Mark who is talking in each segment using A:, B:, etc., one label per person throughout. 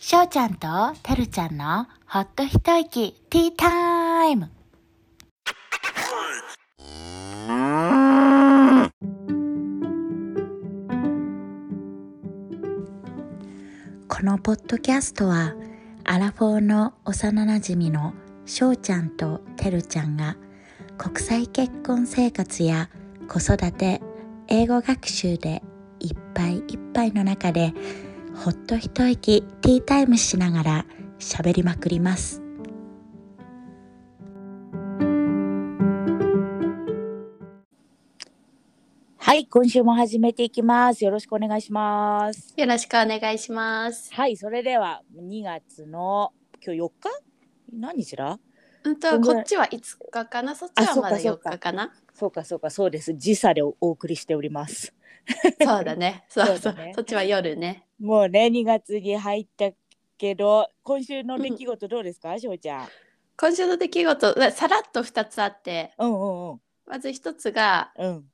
A: しょうちゃんとてるちゃんのほっと一息ティータイムこのポッドキャストはアラフォーの幼なじみのしょうちゃんとてるちゃんが国際結婚生活や子育て英語学習でいっぱいいっぱいの中でほっと一息ティータイムしながら喋りまくりますはい今週も始めていきますよろしくお願いします
B: よろしくお願いします。
A: はいそれでは2月の今日4日何日だ
B: うんと、こっちは5日かな、そっちはまだ4日 かな。
A: そうかそうかそうです時差でおお送りしております
B: そうだね。そうそう
A: そ
B: そう
A: だね
B: っちは夜ね。
A: もうね2月に入ったけど今週の出来事どうですか、しょうちゃん。
B: 今週の出来事、うわさらっと2つあって、
A: うんうん
B: まず1つが
A: うんうん。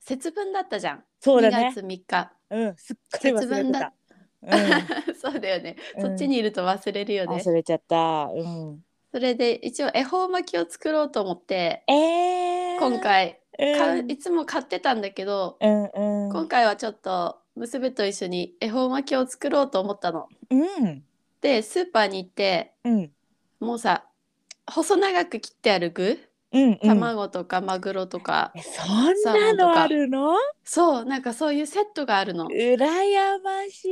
B: 節分だったじゃん。
A: そうだ
B: 2
A: ね。
B: 月3日。
A: うん。すっかり忘れてた。
B: そうだよね、
A: うん
B: そっちにいると忘れるよ
A: うん、
B: ね。
A: 忘れちゃった。うん。
B: それで一応恵方巻きを作ろうと思って、
A: えー。
B: 今回買
A: う
B: うんいつも買ってたんだけど、
A: うんうん
B: 今回はちょっと娘と一緒に恵方巻きを作ろうと思ったの。
A: うん
B: でスーパーに行って
A: うん
B: もうさ細長く切ってある具
A: うんうん。
B: 卵とかマグロとか、
A: えそんなのあるの？
B: そうなんかそういうセットがあるの
A: 羨ましす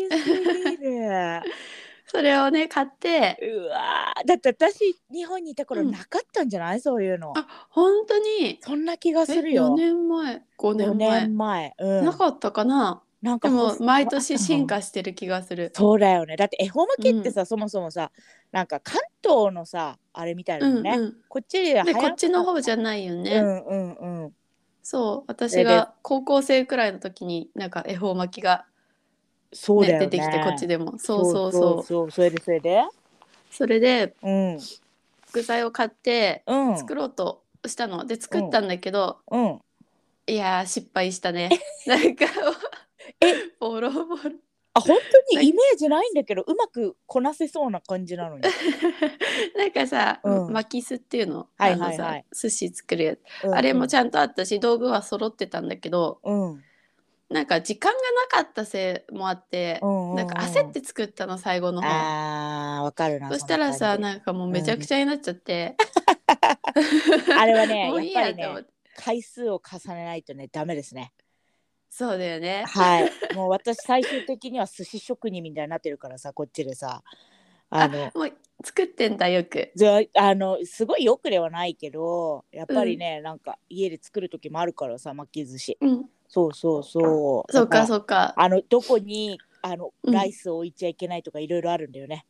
A: ぎる。
B: それをね買って
A: うわー。だって私日本にいた頃
B: うん
A: なかったんじゃない？そういうの。
B: あ本当に
A: そんな気がする
B: 4
A: よ。
B: 年前5年前
A: 四前。うん。
B: なかったかな
A: なん
B: で
A: か
B: も毎年進
A: 化
B: 化してる気がする
A: そうだよねだって恵方巻きってさ、そもそもさなんか関東のさあれみたいな
B: うん
A: の
B: うん
A: ね、こっちでは
B: ね、こっちの
A: 方
B: 方じゃないよね、
A: うんうんうん
B: そう
A: それ
B: 私
A: で
B: が高校生くらいの時になんか恵方巻きが、
A: そう
B: ね
A: だよね
B: 出てきてこっちでもそうそうそう
A: そうそうそれでそれで
B: それで
A: うん
B: 具材を買って
A: うん
B: 作ろうとしたので作ったんだけど、
A: うん
B: いやー失敗したね。 なんか
A: え
B: ボロボロ。
A: あ本当にイメージないんだけどうまくこなせそうな感じなのに、
B: なんかさ、
A: うん
B: 巻きすっていうの、
A: はいはいはい
B: あのさ寿司作るやつ、
A: うん
B: あれもちゃんとあったし道具は揃ってたんだけど
A: うんうん
B: なんか時間がなかったせいもあって、
A: うんうん
B: なんか焦って作ったの最後の方。
A: あーわかるな
B: そしたらさ
A: んな
B: なんかもうめちゃくちゃになっちゃって、
A: 感じあれはね
B: もういい
A: やっぱ
B: や
A: り
B: と思
A: ね
B: って。
A: 回数を重ねないとねダメですね
B: そうだよね。
A: はい、もう私最終的には寿司職人みたいになってるからさこっちでさあの
B: もう作ってんだよく。
A: ずあのすごいよくではないけどやっぱりね、なんか家で作る時もあるからさ巻き寿司
B: うん。
A: そうそうそう
B: そうか
A: う
B: そうか。
A: あのどこにあの
B: うん
A: ライスを置いちゃいけないとかいろいろあるんだよね、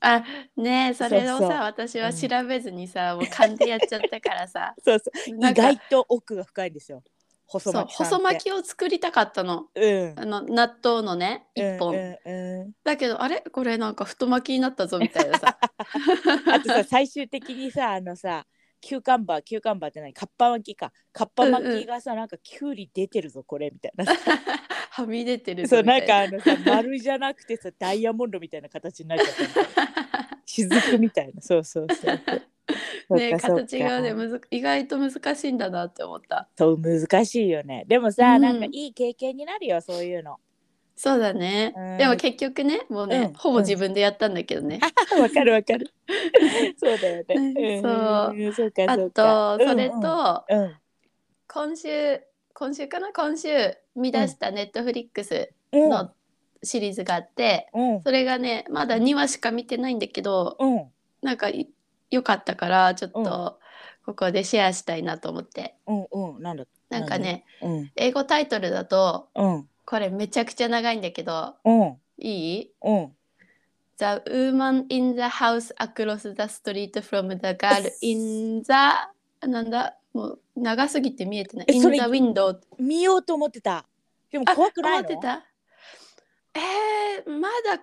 B: あねえそれをさ
A: そうそう
B: 私は調べずにさ、もう勘でやっちゃったからさ
A: そうそう
B: なん
A: 意
B: か
A: 外と奥が深いんですよ細
B: そう
A: 巻きさんって
B: 細巻きを作りたかったの
A: うん
B: あの納豆のね1本、
A: うんうんうん
B: だけどあれこれなんか太巻きになったぞみたいなさ
A: あとさ最終的にさあのさキューカンバーキューカンバーって何カッパ巻きかカッパ巻きがさ、なんかキュウリ出てるぞこれみたいな
B: はみ出てるぞ
A: そう
B: みた
A: ないん
B: な
A: かあのさ丸じゃなくてさダイヤモンドみたいな形になっちゃったみたいな雫みたいなそうそうそう そう
B: ね
A: そ
B: え
A: うかそうか
B: 形がねむず意外と難しいんだなって思った
A: そう難しいよねでもさ、
B: うん
A: なんかいい経験になるよそういうの
B: そうだね、
A: うん
B: でも結局ねもうね、
A: うん
B: ほぼ自分でやったんだけどね、
A: わかるわ かるそうだよね、
B: うんそうん
A: そうか
B: あ
A: そうか
B: とそれと、
A: うんうん
B: 今週今週かな今週見出したネットフリックス
A: うんうん
B: のシリーズがあって、
A: うん
B: それがねまだ2話しか見てないんだけど、
A: うん
B: なんかい良かったからちょっとここでシェアしたいなと思って、
A: うんうんなんだ
B: なんかね、
A: うん
B: 英語タイトルだと
A: うん
B: これめちゃくちゃ長いんだけど
A: うん
B: いい
A: うん
B: ?The woman in the house across the street from the girl in the なんだもう長すぎて見えてない。
A: え
B: in the
A: それ
B: window
A: 見ようと思ってた。でも
B: あ
A: 怖くないの
B: 思ってたえー、まだ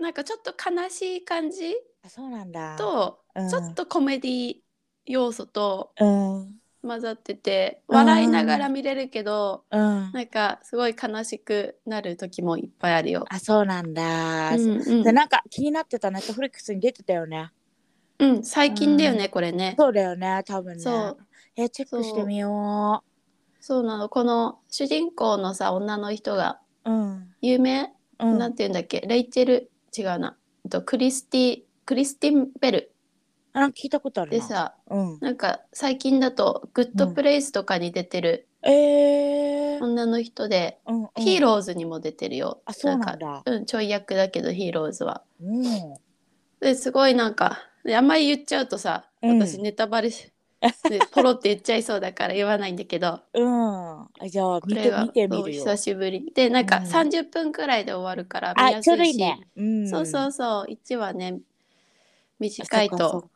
B: なんかちょっと悲しい感じ
A: あそうなんだ。
B: と、
A: うん
B: ちょっとコメディ要素と
A: うん、
B: 混ざってて
A: うん
B: 笑いながら見れるけど、
A: うん。
B: なんかすごい悲しくなる時もいっぱいあるよ。
A: あ、そうなんだ。
B: うんうん
A: で、なんか気になってたネットフリックスに出てたよね。
B: うん、最近だよね、これね。
A: そうだよね、多分ね。
B: そう。
A: え、チェックしてみよ
B: そうなのこの主人公のさ女の人が
A: う。うん。
B: 有名、
A: う
B: なん
A: ん。
B: て言うんだっけレイチェル違うなえっとクリスティクリスティン・ベル
A: あ、なんか聞いたことある
B: で
A: な。
B: さ
A: うん。
B: なんか最近だと「グッドプレイス」とかに出てる
A: えー。
B: 女の人で、
A: うんうん
B: ヒーローズにも出てるよ。
A: あ、そうなんだ
B: か。うん、ちょい役だけどヒーローズは。
A: うん。
B: ですごいなんかであんまり言っちゃうとさ
A: うん
B: 私ネタバレし、 でポロって言っちゃいそうだから言わないんだけど
A: うん。じゃあ、
B: こ
A: 見
B: れ
A: て
B: が
A: 見て
B: そ
A: み
B: う
A: るよ。
B: 久しぶりでなんか
A: うん
B: 30分くらいで終わるから見
A: あ、
B: やす
A: ちょうど
B: い
A: いい
B: し、
A: ね。うん。
B: そうそうそう1はね短い
A: そっかそっ
B: とそう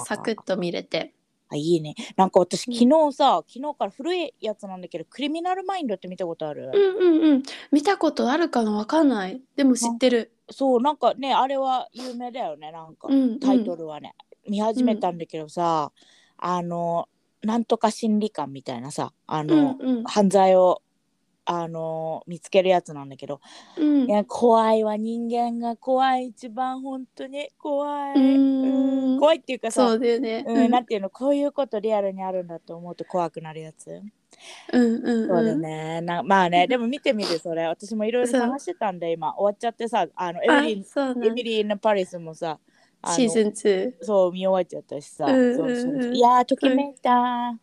A: か
B: サクッと見れて
A: あいいねなんか私
B: うん
A: 昨日さ、昨日から古いやつなんだけど「クリミナルマインド」って見たことある、
B: うんうんうん見たことあるかなわかんないでも知ってる
A: そうなんかねあれは有名だよねなんか、
B: うんうん
A: タイトルはね見始めたんだけどさ、あのなんとか心理官みたいなさあ
B: う
A: の
B: ん、うん
A: 犯罪をあの見つけるやつなんだけど、
B: うん
A: いや怖いわ人間が怖い一番本当に怖い、
B: うーん
A: うん怖いっていうかさ
B: そうだよね
A: うん、なんていうのこういうことリアルにあるんだと思うと怖くなるやつ
B: うんうん
A: そう
B: う
A: だ
B: ん
A: ねなまあねでも見てみるそれ私もいろいろ
B: そう
A: 探してたんで今終わっちゃってさあのエ
B: あ
A: ブリン
B: そうな
A: エ
B: ん
A: ブリンのパリスもさあの
B: シーズン2
A: そう見終わっちゃったしさ、
B: うんうん
A: そううんそうそういやーときめいた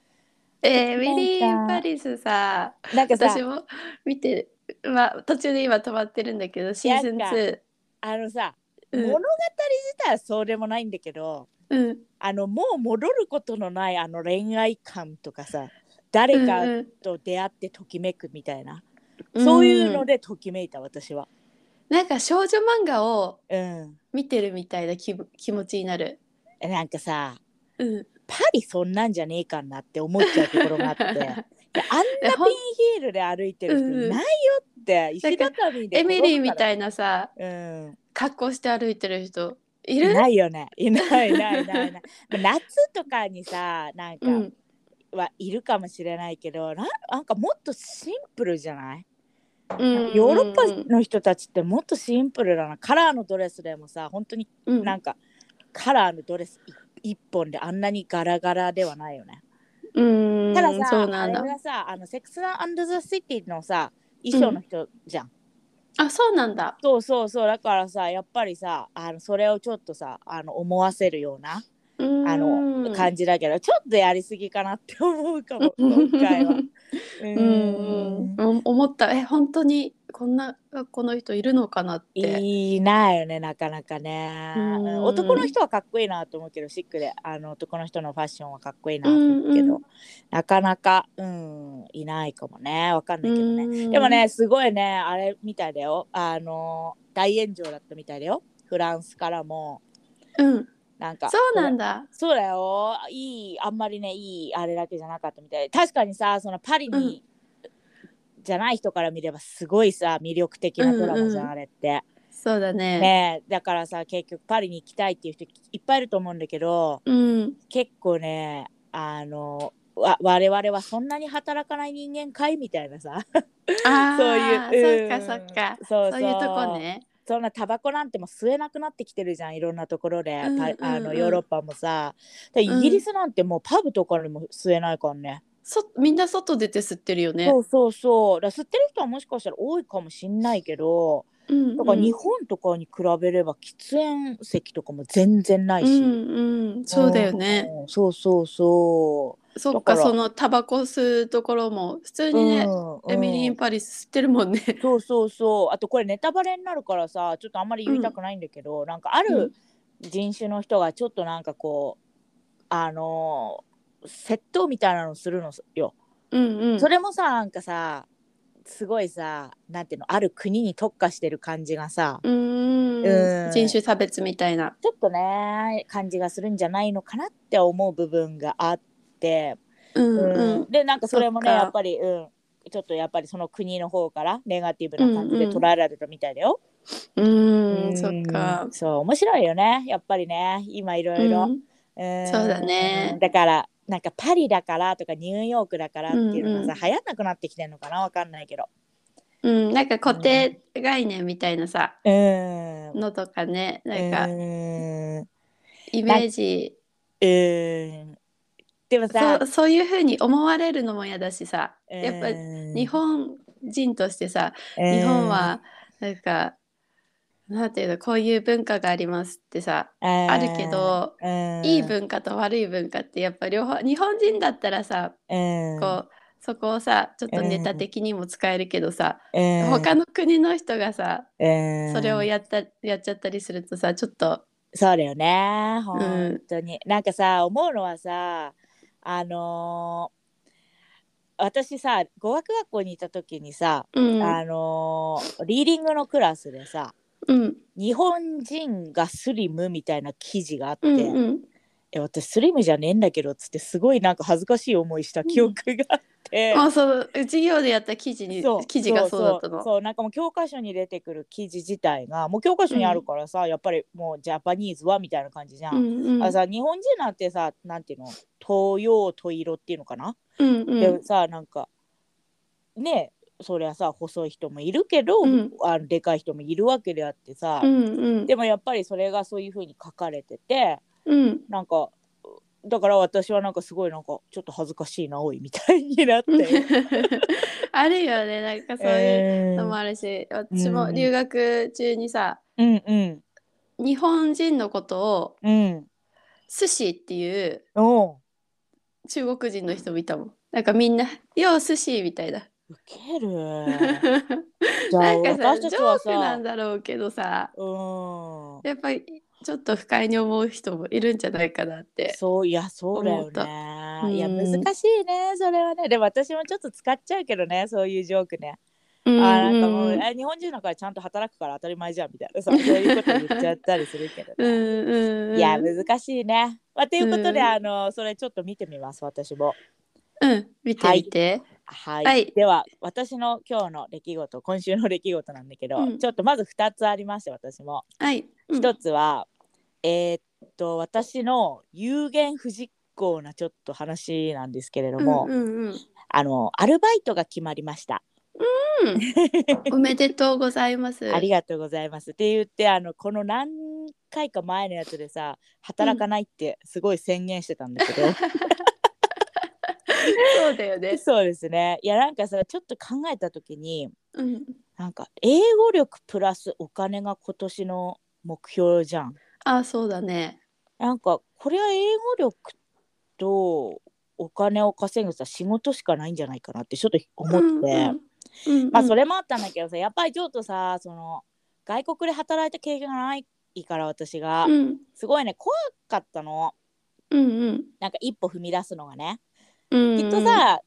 B: えー、ウ
A: なん
B: ィ
A: か
B: リー・パリスさ
A: なんかさ
B: 私も見てるまあ途中で今止まってるんだけどシーズン2
A: あのさ、
B: うん
A: 物語自体はそうでもないんだけど
B: うん
A: あのもう戻ることのないあの恋愛感とかさ誰
B: う
A: か
B: ん
A: と出会ってときめくみたいな、
B: うん
A: そういうの
B: ん
A: でときめいた私は
B: なんか少女漫画を
A: うん
B: 見てるみたいな気分気持ちになる。
A: なんかさ
B: うん、
A: パリそんなんじゃねえかなって思っちゃうところがあって であんなピン
B: ほん
A: ヒールで歩いてる人
B: うんうん
A: いないよって石畳で
B: エミリーみた
A: い、
B: いなさ
A: うん、
B: 格好して歩いてる人い
A: い
B: る
A: ないよねいないいないいないい ない夏とかにさなんか
B: うん、
A: はいるかもしれないけど、なんなんかもっとシンプルじゃない、
B: うん
A: ヨーロッパの人たちってもっとシンプルだなカラーのドレスでもさ本当に
B: うん
A: なんか、カラーのドレス一本であんなにガラガラではないよね
B: うん
A: たださ、
B: そうなんだ
A: あれがさ、あのセックスアンドザシティのさ、衣装の人じゃん。
B: あそうなんだ
A: そうそうそう、だからさ、やっぱりさ、あのそれをちょっとさ、あの思わせるような、
B: あ
A: あの感じだけど、ちょっとやりすぎかなって思うか も、今回は。う
B: うんうんうん思ったえ本当にこんな学校の人いるのかなって
A: いいなよね、なかなかね。
B: うん
A: うん男の人はかっこいいなと思うけど、シックで、あの男の人のファッションはかっこいいなと思うけ
B: うん
A: ど、
B: うん
A: なかなか、うん、いないかもね、わかんないけどね。
B: うん
A: でもね、すごいね、あれみたいだよ。あの、大炎上だったみたいだよ。フランスからも、
B: うん
A: なんか。
B: そうなんだ
A: そうだよ。いい、あんまりね、いい、あれだけじゃなかったみたい。確かにさ、そのパリに、じゃない人から見れば、すごいさ、魅力的なドラマじゃん、
B: うんうん
A: あれって。
B: そうだね
A: ねえだからさ、結局パリに行きたいっていう人いっぱいいると思うんだけど、
B: うん
A: 結構ね、あの、わ我々はそんなに働かない人間かいみたいなさ
B: あ
A: そういう、う
B: あ
A: ん
B: そっかそっか
A: そう
B: そういうとこね
A: そんなタバコなんても吸えなくなってきてるじゃんいろんなところで、
B: うん
A: パ
B: うんうん
A: あのヨーロッパもさでイ
B: うん
A: ギリスなんてもうパブとかにも吸えないからね、
B: そみんな外出て吸ってるよね
A: そうそうそうだから吸ってる人はもしかしたら多いかもしんないけど
B: うんうん
A: だから日本とかに比べれば喫煙席とかも全然ないし、
B: うんうん、そうだよね。
A: うんそうそうそ
B: そっ
A: だか
B: からそのタバコ吸うところも普通
A: う、
B: にね、
A: うんうん
B: エミリー・パリス吸ってるもんね。
A: そうそうそうあとこれネタバレになるからさちょっとあんまり言いたくないんだけど、なんかある人種の人がちょっとなんかこうあのー窃盗みたいなのするのよ、
B: うんうん。
A: それもさなんかさすごいさなんていうのある国に特化してる感じがさ
B: う
A: う
B: ー
A: んん
B: 人種差別みたいな。
A: ちょっとね感じがするんじゃないのかなって思う部分があって、
B: うんうん。
A: うんでなんかそれもね
B: そっか
A: やっぱり、うん、ちょっとやっぱりその国の方からネガティブな感じで
B: うんうん
A: 捉えられたみたいだよ。
B: うー
A: うん
B: ん、そっか。
A: そう面白いよねやっぱりね今いろいろ。
B: うん
A: うん
B: そうだね
A: だからなんかパリだからとかニューヨークだからっていうのがさ、
B: う
A: 流行んなくなってきてんのかなわかんないけど
B: うん、なんか固定概念みたいなさ、
A: うーん
B: のとかね、なん
A: う
B: か
A: ーんう
B: イメージ、
A: ーんでもさ
B: そうそういうふうに思われるのも嫌だしさ、やっぱ日
A: 日
B: 本人としてさ、日本はなんか、なんていうの、こういう文化がありますってさ、あ
A: あ
B: るけど、いい文化と悪い文化ってやっぱ両方、日本人だったらさ、こう、そこをさ、ちょっとネタ的にも使えるけどさ、
A: うん
B: 他の国の人がさ、
A: うん
B: それをやったやっちゃったりするとさちょっと
A: そうだよね本当に、なんかさ思うのはさあのー私さ語学学校にいた時にさ、
B: うん
A: あのーリーディングのクラスでさ
B: うん
A: 日本人がスリムみたいな記事があって、
B: うんうん
A: え私スリムじゃねえんだけどっつってすごいなんか恥ずかしい思いした記憶があって、
B: あそう授業でやった記事に記事がそうだっ
A: そう
B: た
A: そう
B: の
A: そうなんかもう教科書に出てくる記事自体がもう教科書にあるからさ、やっぱりもうジャパニーズはみたいな感じじゃん、
B: うんうん
A: あさ日本人なんてさなんていうの東洋と色っていうのかな、
B: うんうん
A: でさなんかねそりゃさ細い人もいるけど、
B: うん
A: あのでかい人もいるわけであってさ、
B: うんうん
A: でもやっぱりそれがそういうふうに書かれてて
B: うん
A: なんかだから私はなんかすごいなんかちょっと恥ずかしいなおいみたいにな って。
B: あるよねなんかそういう
A: え
B: のも
A: ー
B: あるし私も留学中にさ
A: うんうん
B: 日本人のことを
A: うん
B: 寿司っていう
A: おう
B: 中国人の人もいたもんなんかみんな「よう寿司」みたいな
A: ウケ るじゃあ
B: なんか
A: 私
B: さ
A: た
B: ジ
A: ち
B: ョ
A: は
B: ークな
A: さ
B: んだろうけどさ
A: うん
B: やっぱりちょっと不快に思う人もいるんじゃないかなって。
A: そういやそうだよ
B: 思ったう
A: ね
B: ん
A: いや難しいねそれはねでも私もちょっと使っちゃうけどねそういうジョークね
B: あ
A: あーなんかもうあ日本人だからちゃんと働くから当たり前じゃんみたいなさそういうこと言っちゃったりするけど
B: うん
A: ね
B: うんうん。
A: いや難しいね。まあ、ということで、
B: うん
A: あのそれちょっと見てみます私も。
B: うん見てみて。
A: はい、
B: はい
A: では私の今日の出来事今週の出来事なんだけど、
B: うん
A: ちょっとまず2つありまして私も。
B: はい。うん
A: 1つは、えーっと私の有言不実行なちょっと話なんですけれども、
B: うんうんうん
A: あのアルバイトが決まりました。
B: おめでとうございます。
A: ありがとうございます。って言ってあのこの何回か前のやつでさ働かないってすごい宣言してたんだけど。
B: そうだよね。
A: そうですね。いやなんかさちょっと考えた時に
B: うん。
A: なんか英語力プラスお金が今年の目標じゃん。
B: あそうだね。
A: なんかこれは英語力とお金を稼ぐさ仕事しかないんじゃないかなってちょっと思って、
B: うんうん。
A: まあそ
B: れ。
A: れもあったんだけどさやっぱりちょっとさその外国で働いた経験がないから私が、
B: うん
A: すごいね怖かったの
B: うんうん
A: なんか一歩踏み出すのがね。
B: うん。
A: きっと。さ、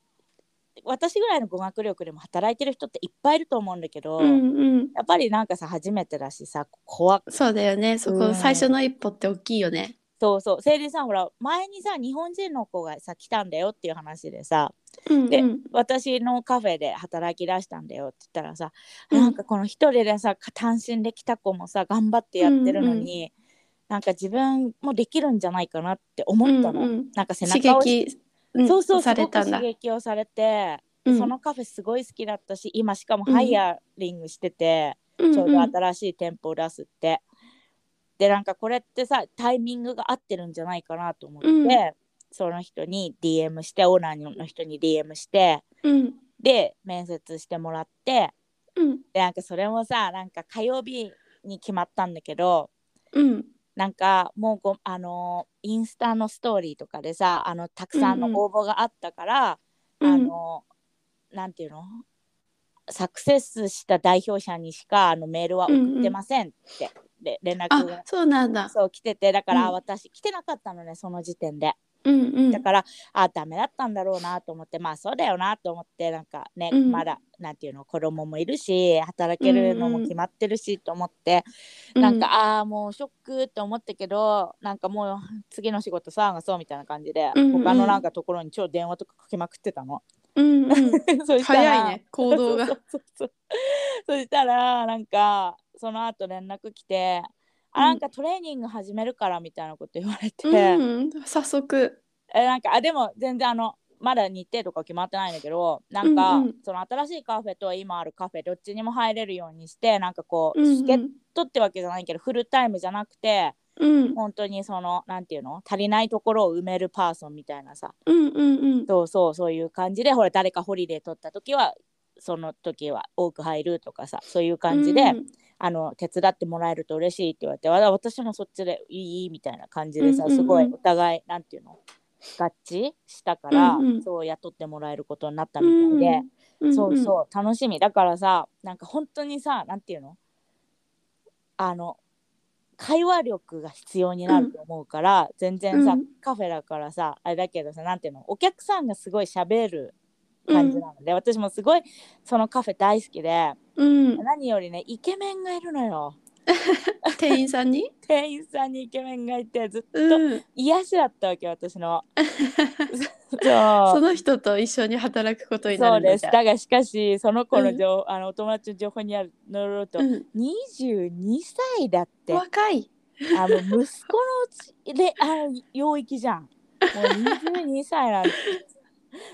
A: 私ぐらいの語学力でも働いてる人っていっぱいいると思うんだけど、
B: うんうん。
A: やっぱりなんかさ初めてだしさ怖っ
B: そうだよね。そうこ
A: ん
B: 最初の一歩って大きいよね。
A: そうそうセイリンさんほら前にさ日本人の子がさ来たんだよっていう話でさ
B: うん
A: で
B: うん。
A: 私のカフェで働き出したんだよって言ったらさ、
B: うん
A: なんかこの一人でさ単身で来た子もさ頑張ってやってるのに、なんか自分もできるんじゃないかなって思ったの、
B: うんうん
A: なんか背
B: 刺
A: 中を
B: 激。うん
A: そうそうす
B: さ
A: ご
B: れ
A: く
B: たんだ
A: 刺。激をされて、
B: うん
A: そのカフェすごい好きだったし今しかも
B: うん
A: ハイヤリングしてて、
B: うん
A: ちょう
B: うん
A: ど新しい店舗を出すって。でなんかこれってさタイミングが合ってるんじゃないかなと思って、
B: うん
A: その人に DM してオーナーの人に DM して
B: うん
A: で面接してもらって
B: うん
A: でなんかそれもさなんか火曜日に決まったんだけど
B: うん
A: なんかもうごあのーインスタのストーリーとかでさあのたくさんの
B: うんうん
A: 応募があったから、
B: うん
A: あの、なんていうのサクセスした代表者にしかあのメールは送ってませんって、で連絡
B: あ
A: が
B: そうなんだ。
A: そう来ててだから、
B: うん
A: あ私来てなかったのねその時点で
B: うんうん。
A: だから、あダメだったんだろうなと思ってまあそうだよなと思ってなんかね、
B: うん
A: まだなんていうの子供もいるし働けるのも決まってるしと思って、なんか、ああもうショックって思ったけどなんかもう次の仕事探そうみたいな感じで、
B: うんうん
A: 他のなんかところに超電話とかかけまくってたの。
B: うんうんうん、
A: そしたら
B: 早い ね行動が
A: そうそうそうそしたらなんかその後連絡来て、あなんかトレーニング始めるからみたいなこと言われて、
B: うん、早速
A: えなんかあでも全然あのまだ日程とか決まってないんだけどなんか、
B: うんうん
A: その新しいカフェと今あるカフェどっちにも入れるようにしてなんかこう、
B: うんうん
A: チケットってわけじゃないけどフルタイムじゃなくて
B: うん
A: 本当にそのなんていうの足りないところを埋めるパーソンみたいなさ
B: うんうんうん
A: そうそうそういう感じでほら誰かホリデー取った時はその時は多く入るとかさそういう感じで、
B: うん
A: あの手伝ってもらえると嬉しいって言われてわ私もそっちでいいみたいな感じでさ、
B: うんうんうん
A: すごいお互いなんていうの合致したから、
B: うんうん
A: そう雇ってもらえることになった
B: う
A: み
B: ん
A: たいで、
B: うん
A: そうそう楽しみだからさなんか本当にさなんていうのあの会話力が必要になると思うから、全然さ、
B: うん
A: カフェだからさあれだけどさなんていうのお客さんがすごい喋る感じなので、私もすごいそのカフェ大好きで
B: うんうん
A: 何よりねイケメンがいるのよ。
B: 店員さん に
A: 店員さんにイケメンがいてずっと
B: うん
A: 癒しだったわけ私 の。そう
B: その人と一緒に働くことにな
A: そう
B: るの
A: です
B: じゃ
A: だがしかしその子の
B: うん
A: 情、あのお友達の情報にある乗ると、
B: うん
A: 22歳だってあ
B: 若い
A: の息子のうちであの領域じゃん。もう22歳 なん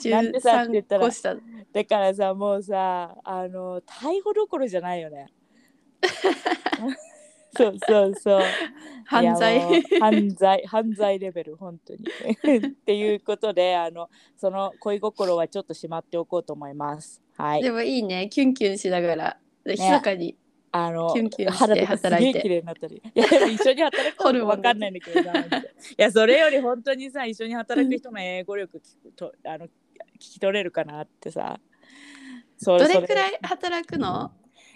A: てなんてさって言った
B: 13
A: ら
B: 個下
A: だからさもうさあの逮捕どころじゃないよ ね。そうそうそう。
B: 犯罪
A: いやもう犯罪犯罪レベル本 当にっていうことであのその恋心はちょっとしまっておこうと思いますはい
B: でもいいねキュンキュンしながらで
A: ね
B: 密かに
A: あの
B: キュンキュンして
A: 肌とかすげ
B: 働い
A: え
B: て
A: 綺麗になったりいやでも一緒に働く
B: ホ
A: こ
B: ル
A: と
B: モン
A: わかんないんだけどなマジでいやそれより本当にさ一緒に働く人の英語力聞くとあの聞き取れるかなってさそ
B: どれく
A: い
B: らい働くの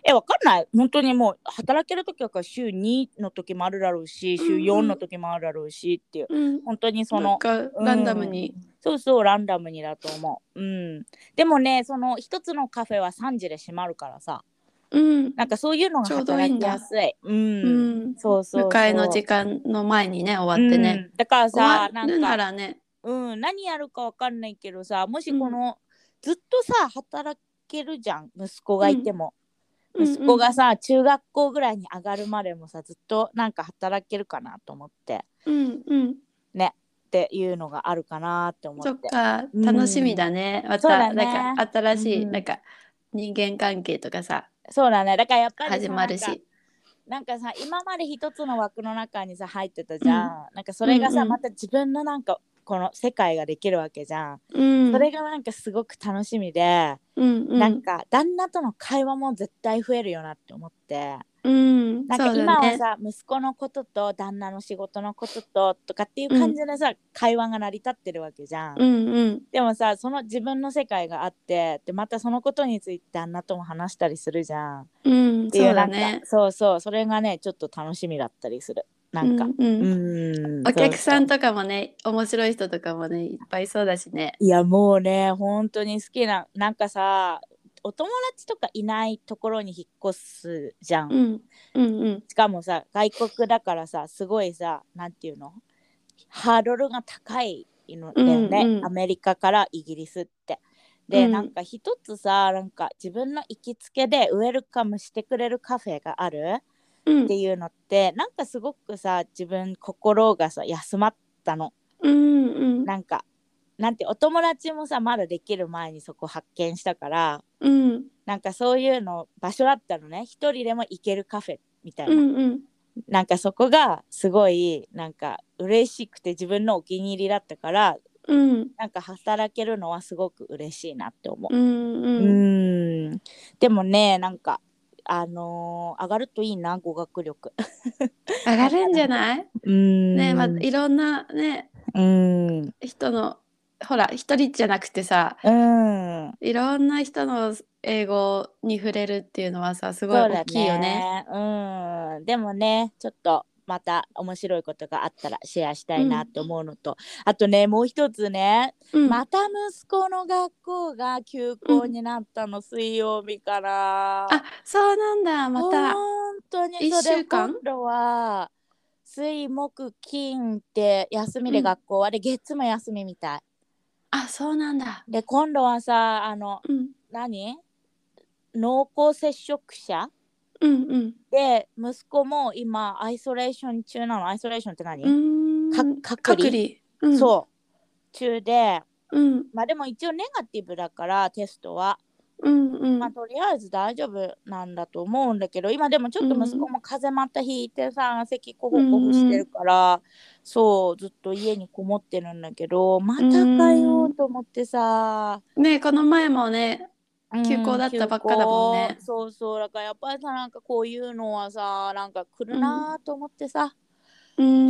A: えわかんない本当にもう働ける時は週2の時もあるだろうし週4の時もあるだろうしっていう
B: うん
A: 本当にそ
B: な
A: の
B: んかランダムに
A: そうそうランダムにだと思う。うん、でもねその一つのカフェは3時で閉まるからさ
B: うん
A: なんかそういうのが
B: ちょうどいい
A: 働
B: ん
A: き
B: だ
A: やすい。うん、
B: うん
A: そうそうそう。
B: 迎えの時間の前にね終わってね、
A: うんだからさ
B: 終
A: な
B: わる
A: ん
B: な
A: か、
B: らね
A: うん、何やるかわかんないけどさもしこの、ずっとさ働けるじゃん息子がいても。息子がさ中学校ぐらいに上がるまでもさずっとなんか働けるかなと思って
B: うんうん
A: っていうのがあるかなって思
B: そ
A: っ。
B: ってか
A: うん
B: 楽しみだね、ま
A: そう
B: た、
A: だね
B: なんか新しい、
A: うん
B: なんか人間関係とかさ
A: そうだねだからやっぱりさ
B: 始まる
A: なんか
B: し
A: なんかさ今まで一つの枠の中にさ入ってたじゃん、なんかそれが
B: う
A: さ、
B: んうん
A: また自分のなんかこの世界ができるわけじゃん、
B: うん
A: それがなんかすごく楽しみで、
B: うんうん
A: なんか旦那との会話も絶対増えるよなって思って
B: うん
A: なん
B: そ
A: か
B: う
A: 今は
B: だね
A: さ、息子のことと旦那の仕事のことととかっていう感じでさ、会話が成り立ってるわけじゃん、
B: うんうん
A: でもさその自分の世界があってでまたそのことについて旦那とも話したりするじゃん
B: うん
A: ってい
B: そううだ
A: なんか
B: ね
A: そうそうそれがねちょっと楽しみだったりするなんか、
B: う
A: うん
B: うん
A: ーん
B: お客さん
A: と
B: とかもね面白い人とかもねいっぱいいそうだしね
A: いやもうね本当に好きななんかさお友達とかいないところに引っ越すじゃん、
B: うんうんうん
A: しかもさ外国だからさすごいさなんていうのハードルが高いのだよね、
B: うんうん
A: アメリカからイギリスって。で、
B: うん
A: なんか一つさなんか自分の行きつけでウェルカムしてくれるカフェがある、
B: うん
A: っていうのってなんかすごくさ自分心がさ休まったの
B: うんうん
A: なんかなんてお友達もさまだできる前にそこ発見したから
B: うん
A: なんかそういうの場所だったのね一人でも行けるカフェみたいな、
B: うんうん
A: なんかそこがすごいなんか嬉しくて自分のお気に入りだったから
B: うん
A: なんか働けるのはすごく嬉しいなって思う。
B: うん
A: う
B: うん
A: ーんでもねなんかあのー上がるといいな語学力。
B: 上がるんじゃないね
A: ね
B: まあいろんなね
A: うん
B: 人のほら一人じゃなくてさ
A: うん、
B: いろんな人の英語に触れるっていうのはさす
A: そう
B: ごい
A: だ
B: 大きいよね。
A: ね。うん、でもね、ちょっとまた面白いことがあったらシェアしたいなと思うのと、あとね、もう一つね、
B: うん
A: また息子の学校が休校になったの、水曜日から。
B: あそうなんだまた。
A: 本当に
B: 一
A: それ
B: 週間
A: 今度は水木金って休みで学校は、で月も休みみたい。
B: あそうなんだ。
A: で今度はさあの
B: うん
A: 何濃厚接触者
B: うんうん
A: で息子も今アイソレーション中なのアイソレーションって何、
B: うーん。
A: か隔離
B: うん、
A: そう中で
B: うん
A: まあでも一応ネガティブだからテストは、
B: うんうん
A: まあ、とりあえず大丈夫なんだと思うんだけど今でもちょっと息子も風邪またひいてさ咳コホコホしてるから、そうずっと家にこもってるんだけどまたかよと思ってさ、
B: ねこの前もね
A: うん
B: 休校だったばっかだもんね
A: 休校そうそうだからやっぱりさなんかこういうのはさなんか来るなと思ってさ、
B: うん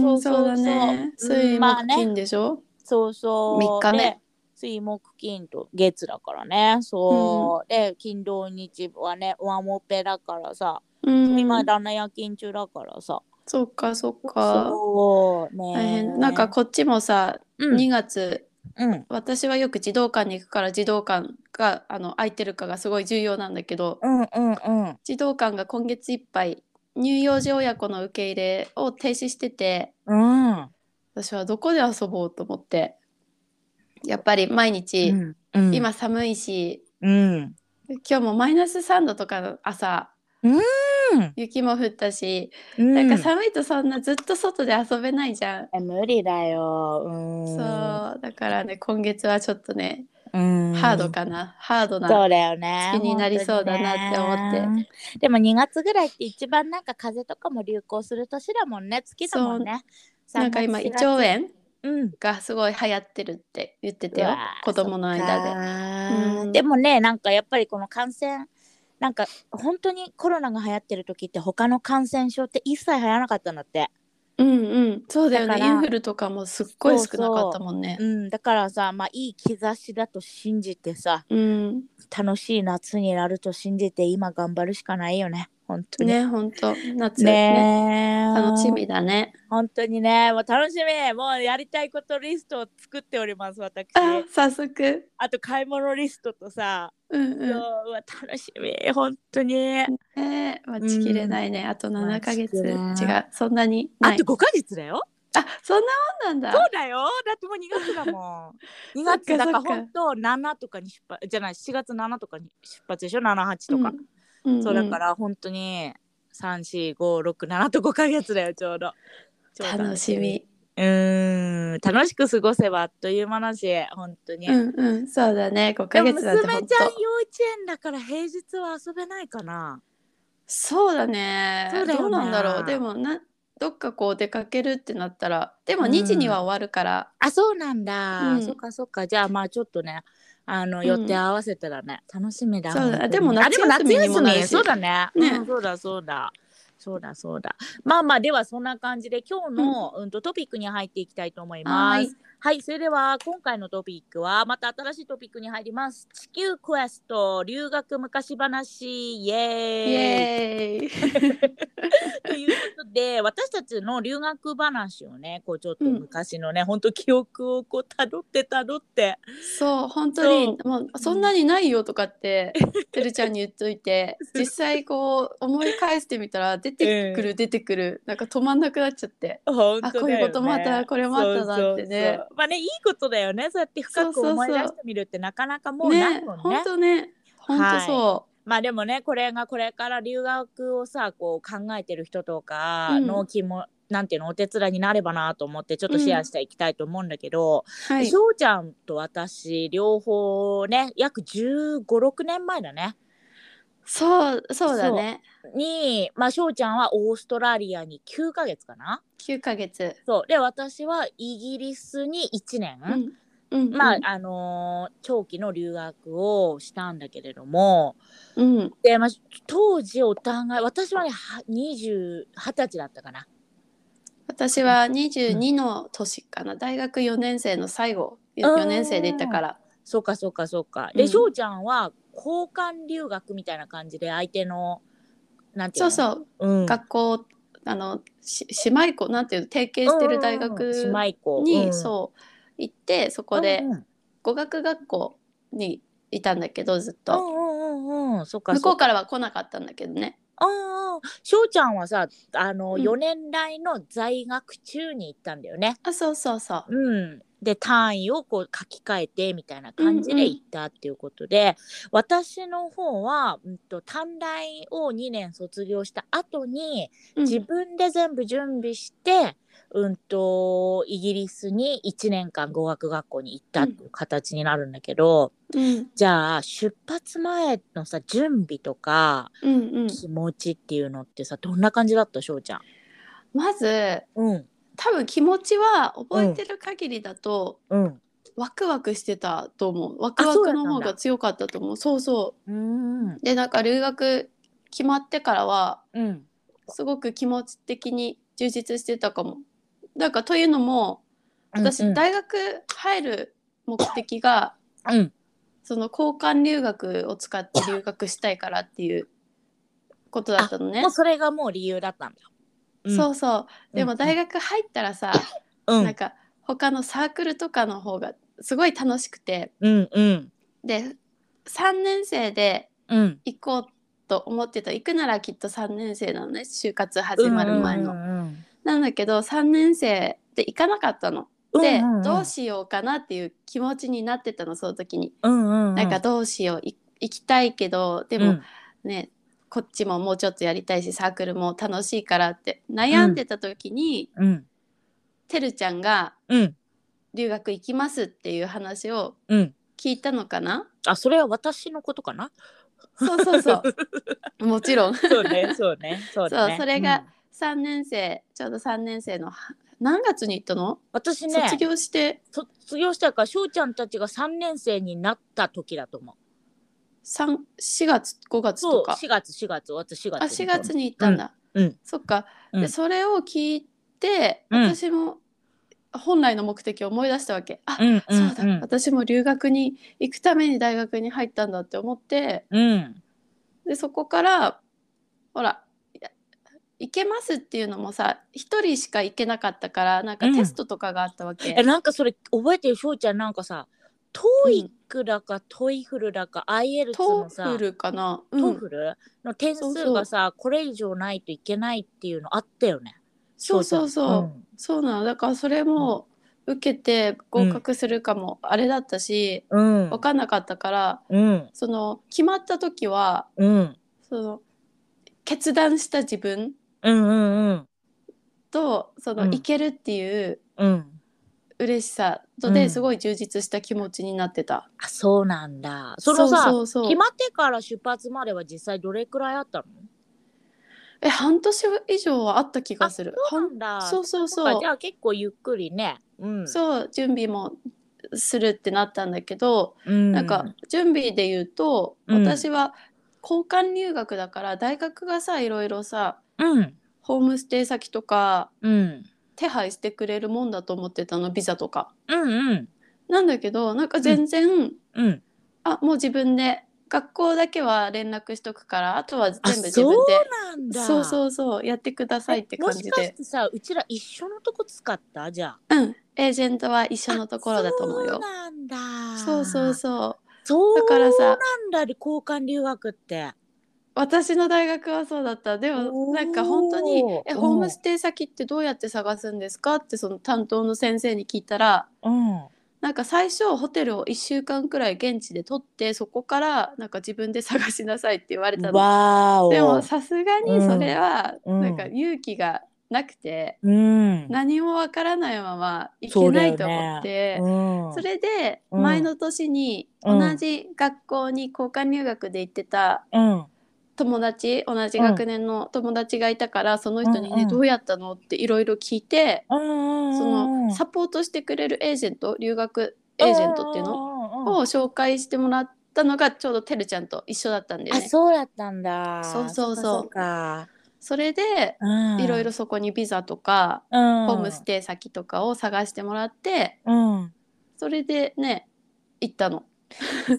A: そ
B: そうう
A: そうそう
B: だね水
A: うんまあ
B: 木
A: ね
B: 金でしょ、
A: そうそう。
B: 三日目
A: で。水木金と月だからね。そう。で、金土日はね、ワモペだからさ。
B: うん
A: 今、旦那夜勤中だからさ。
B: そっかそっか
A: そう。ね。
B: 大変なんか、こっちもさ
A: うん、
B: 2月、
A: うん。
B: 私はよく児童館に行くから児童館があの空いてるかがすごい重要なんだけど
A: うんうんうん。
B: 児童館が今月いっぱい乳幼児親子の受け入れを停止してて
A: うん。
B: 私はどこで遊ぼうと思ってやっぱり毎日、
A: うん、
B: 今寒いし
A: うん。
B: 今日もマイナス3度とかの朝
A: うん。
B: 雪も降ったし、
A: うん。
B: なんか寒いとそんなずっと外で遊べないじゃん、
A: え無理だよ。うん。
B: そうだからね今月はちょっとね
A: うん。
B: ハードかな、ハードな
A: そうだよね。
B: 月になりそうだなって思って
A: 本当にね。でも2月ぐらいって一番なんか風邪とかも流行する年だもんね。月だもんね。
B: なんか今胃
A: 3
B: 腸
A: 月4月
B: 炎
A: うん。
B: がすごい流行ってるって言ってた
A: う
B: よ
A: わー
B: 子供の間で。
A: 間
B: うん
A: でもね、なんかやっぱりこの感染、なんか本当にコロナが流行ってる時って他の感染症って一切流行らなかったんだって。
B: うんうんそうだよ
A: だ
B: ね
A: か
B: イ
A: ら
B: ンフルとかもすっごい少なかったもんね。
A: うん、だからさ、まあいい兆しだと信じてさ、
B: うん
A: 楽しい夏になると信じて今頑張るしかないよね。本当に。
B: ね本当夏
A: ね
B: ね
A: え
B: 楽しみだね。
A: 本当にね、もう楽しみ。もうやりたいことリストを作っております、私。
B: あ早速
A: あと買い物リストとさ、
B: うん
A: そう
B: う
A: うわ楽しみ、本当に。
B: ん。えー、待ちきれないね、あと7ヶ月、
A: 待ちき
B: 違
A: れな
B: うそんなにな
A: あ
B: い
A: と5ヶ月だよ。
B: あそんなもんなん
A: そう
B: だ。
A: だよ。だってもう2月だもん。2
B: そっか
A: 月だから
B: そっか
A: 本当7とかに出発じゃない7月7とかに出発でしょ78とか、
B: うん、うんん
A: そうだから本当に34567と5ヶ月だよちょうど超
B: 楽しみ。
A: うーん楽しく過ごせばあっという間だし本当に、
B: うんうんそうだね5
A: で
B: ヶ
A: も娘
B: 月
A: ち
B: だ
A: ゃん幼
B: って本
A: 稚
B: 当。
A: 園だから平日は遊べないかな
B: そうだね。
A: そうだよね
B: どうなんだろう。でもな、どっかこう出かけるってなったら、でも
A: うん
B: 2時には終わるから、
A: あそうなんだ、
B: うん
A: そっかそっかじゃあまあちょっとねあの
B: ん
A: 予定合わせたらね、楽しみだ
B: そう
A: 本
B: だ
A: 当に
B: でも夏
A: あでも夏
B: 休みにも
A: 休み
B: なるし
A: そうだね
B: ね
A: うんそうだそうだそうだそうだまあまあではそんな感じで今日の、うん、とトピックに入っていきたいと思いますはい、それでは今回のトピックはまた新しいトピックに入ります地球クエスト留学昔話イエ
B: イ
A: ーイ
B: エーイ。
A: ということで 私たちの留学話をねこうちょっと昔のね、ほんと記憶をこうたどってたどって
B: そう、本当に、もうそんなにないよとかって、てるちゃんに言っとい て、実際こう思い返してみたら、出てく
A: え
B: る出てくる、なんか止まんなくなっちゃって。
A: 本
B: あ
A: 当
B: こう
A: だよね
B: いうこともあったなこれもあったなってね
A: そうそうそうまあねいいことだよねそうやって深く
B: そうそうそう
A: 思い出してみるってなかなかもうない
B: ね
A: もん、ね
B: 本当ね、本当そ
A: まあでもねこれがこれから留学をさこう考えてる人とか
B: うん
A: の気も、なんていうのお手伝いになればなと思ってちょっとシェアしていきたいと思うんだけど、
B: う。はい
A: し。ょうちゃんと私両方ね約1 5 6年前だね
B: そう、そうだね。
A: に、まあ、しょうちゃんはオーストラリアに9ヶ月かな
B: 9ヶ月。
A: そうで私はイギリスに1年、
B: うん。うん。
A: まあ、あのー長期の留学をしたんだけれども
B: うん。
A: で、まあ、当時お互い私はねは20 20歳だったかな
B: 私は22の年かな、大学4年生の最後4年生で行ったから
A: そうかそうかそうか
B: う
A: で
B: ん
A: しょうちゃんは交換留学みたいな感じで相手のなんていう
B: そう
A: のう
B: そう、
A: そう、ん、
B: 学校あのし姉妹校なんていうの提携してる大学
A: うんうんうん姉妹校
B: に、
A: う
B: そう行ってそこで語学学校にいたんだけどずっ
A: うん
B: と、
A: うんうんうんそっかそっ
B: 向こうからは来なかったんだけどね
A: ああ、しょうちゃんはさ、あの、
B: うん
A: 四年来の在学中に行ったんだよね。
B: あそうそうそう
A: うん。で、単位をこう書き換えてみたいな感じで行ったっていうことで、私の方は、うんと、短大を2年卒業した後に、
B: うん、
A: 自分で全部準備して、うんとイギリスに1年間語学学校に行ったっていう形になるんだけど、
B: うん
A: じゃあ出発前のさ準備とか
B: うんうん
A: 気持ちっていうのってさどんな感じだったしょうちゃん。
B: まず
A: うん
B: 多分気持ちは覚えてる限りだと、
A: うん
B: ワクワクしてたと思うワクワクの方が強かったと思うそうそう
A: うーん
B: でなんか留学決まってからは
A: うん
B: すごく気持ち的に充実してたかも。なんかというのも
A: うんう
B: 私
A: ん
B: 大学入る目的が、
A: うん
B: その交換留学を使って留学したいからっていうことだったのね
A: もう。それがもう理由だったんだ。
B: そううそう。で
A: う
B: も
A: ん
B: 大学入ったらさ、
A: うん
B: なんか他のサークルとかの方がすごい楽しくて
A: うんうん
B: で3年生で
A: うん
B: 行こうと思ってた行くならきっと3年生なのね就活始まる前の。
A: うんうん
B: なんだけど3年生で行かなかったの。
A: うん
B: で、
A: うんうん
B: どうしようかなっていう気持ちになってたのその時に。
A: うんうんうん
B: なんかどうしようい行きたいけどで
A: う
B: も
A: ん
B: ね、こっちももうちょっとやりたいしサークルも楽しいからって悩んでた時に、
A: うん
B: てるちゃんが
A: うん
B: 留学行きますっていう話を
A: うん
B: 聞いたのかな
A: あそれは私のことか な。
B: そうそうそ うもちろん
A: そうねそうねそうだね。
B: そうそれが3年生ちょうど3年生の何月に行ったの、
A: 私ね
B: 卒業して
A: 卒業したから翔ちゃんたちが3年生になった時だと思う。
B: 三4月5月
A: そ
B: と
A: う
B: か
A: 4月4月私4月
B: あ4月に行ったんだ、
A: うんうん
B: そっか、
A: うん
B: でそれを聞いて
A: うん
B: 私も本来の目的を思い出したわけ、あ、
A: うんうん
B: そうだ、私も留学に行くために大学に入ったんだって思って
A: うん
B: でそこからほらいや行けますっていうのもさ一人しか行けなかったからなんか
A: うん
B: テストとかがあったわけ、
A: えなんかそれ覚えてる翔ちゃんなんかさトイックだか、トイフルだか IL
B: ト
A: のさ
B: ーフルかな、う
A: ト
B: ん、
A: フルの点数がさこれ以上ないといけないっていうのあったよね。
B: そうそうそう、そうなのだからそれも受けて合格するかもあれだったし、
A: うんうん
B: 分かんなかったから
A: うん
B: その決まった時は
A: うん
B: その決断した自分
A: うんうん
B: とその
A: うん
B: 行けるっていう
A: うん
B: 嬉しさと
A: う
B: で
A: ん
B: すごい充実した気持ちになってた。
A: あそうなんだ。そのさ
B: うそうそう
A: 決まってから出発までは実際どれくらいあったの
B: え半年以上はあった気がする。
A: そうなんだ。
B: 半そうそう
A: なん
B: そ
A: か
B: う
A: じゃあ結構ゆっくりね。うん。
B: そう準備もするってなったんだけど、
A: うん
B: なんか準備で言うと、
A: うん
B: 私は交換留学だから大学がさいろいろさ
A: うん
B: ホームステイ先とか
A: うん
B: 手配してくれるもんだと思ってたのビザとか。
A: うんうん
B: なんだけどなんか全然、
A: うん。
B: あもう自分で学校だけは連絡しとくからあとは全
A: あ
B: 部自分
A: そう
B: で
A: なんだ。
B: そう
A: う。
B: そうそうやってくださいって感
A: も
B: じ
A: し
B: で
A: かしてさうちら一緒のとこ使ったじゃあ。
B: うんエージェントは一緒のところだと思う
A: そう
B: よ
A: なんだ。
B: そうそうそう
A: そう。
B: だからさ
A: なんだ交換留学って。
B: 私の大学はそうだったでも
A: おー
B: なんか本当に「え
A: うん
B: ホームステイ先ってどうやって探すんですか?」ってその担当の先生に聞いたら
A: うん。
B: なんか最初ホテルを1週間くらい現地で取ってそこからなんか自分で探しなさいって言われたの
A: わーお。
B: でもさすがにそれは
A: うん
B: なんか勇気がなくて、
A: うん。
B: 何もわからないまま行けないと思ってそ,、
A: うん。
B: れで
A: うん
B: 前の年に
A: うん
B: 同じ学校に交換留学で行ってた
A: うん。
B: 友達同じ学年の友達がいたから、その人にね、
A: うんうん
B: どうやったのっていろいろ聞いて、
A: うん。
B: そのサポートしてくれるエージェント留学エージェントっていうの、
A: の
B: を紹介してもらったのがちょうどてるちゃんと一緒だったんだよ
A: あ
B: ね。
A: そうだったんだ。
B: そうそうそう
A: っか
B: それで
A: っか。
B: いろいろそこにビザとか
A: ホ
B: ホ
A: ー
B: ームステイ先とかを探してもらって
A: うん。
B: それでね行ったの。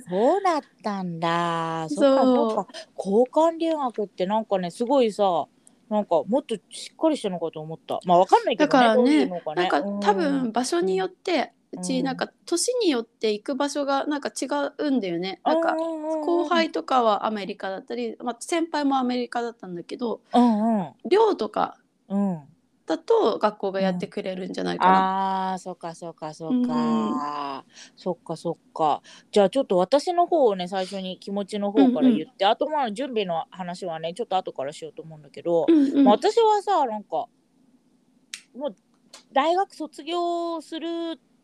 A: そうだったんだ。
B: そう
A: そっかそっか。交換留学ってなんかねすごいさ。なんかもっとしっかりしてるのかと思った。まあわかんないけど、
B: だからね
A: どういうのか
B: なん
A: ね
B: か
A: うん
B: 多分場所によって
A: う
B: うんちなんか年によって行く場所がなんか違うんだよね。なんか
A: うんうんうん
B: 後輩とかはアメリカだったり、まあ、先輩もアメリカだったんだけど
A: うんうん
B: 寮とか
A: うん。
B: だと学校がやってくれるんじゃないかな。
A: あーそっかそっかそっ
B: うん
A: か、そっかそっかじゃあちょっと私の方をね最初に気持ちの方から言って、あとまあ準備の話はねちょっと後からしようと思うんだけど、
B: うんうん
A: まあ私はさなんかもう大学卒業する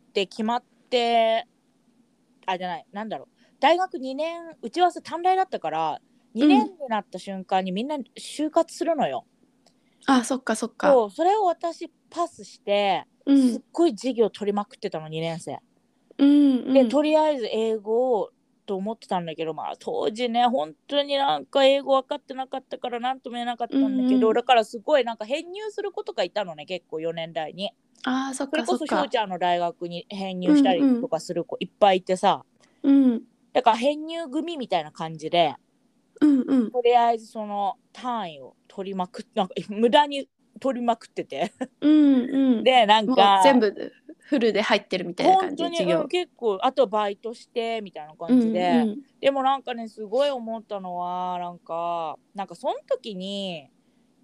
A: って決まってあじゃないなんだろう大学2年うちはさ短大だったから2年になった瞬間にみんな就活するのよ。
B: あ、そっかそっか。
A: そうそれを私パスして
B: う
A: すっ
B: ん。
A: ごい授業取りまくってたの2年生。
B: うん、うん。
A: でとりあえず英語をと思ってたんだけどまあ当時ね本当になんか英語分かってなかったから何とも言えなかったんだけ
B: うん
A: ど、
B: うん
A: だからすごいなんか編入する子とかいたのね結構4年代に。
B: あー、そっ
A: それ
B: かそ
A: こ
B: っ
A: そ
B: か
A: 翔。ちゃんの大学に編入したり
B: うんうん
A: とかする子いっぱいいてさ、
B: うん。
A: だから編入組みたいな感じで
B: うんうん。
A: とりあえずその単位を取りまくっなんか無駄に取りまくってて
B: うんうん。
A: でなん
B: もう
A: か
B: 全部フルで入ってるみたいな感
A: 本
B: じ
A: 当に、
B: 授
A: う
B: 業
A: ん、。結構あとバイトしてみたいな
B: うん
A: 感
B: う
A: じ
B: ん
A: で、でもなんかねすごい思ったのはなんかなんかその時に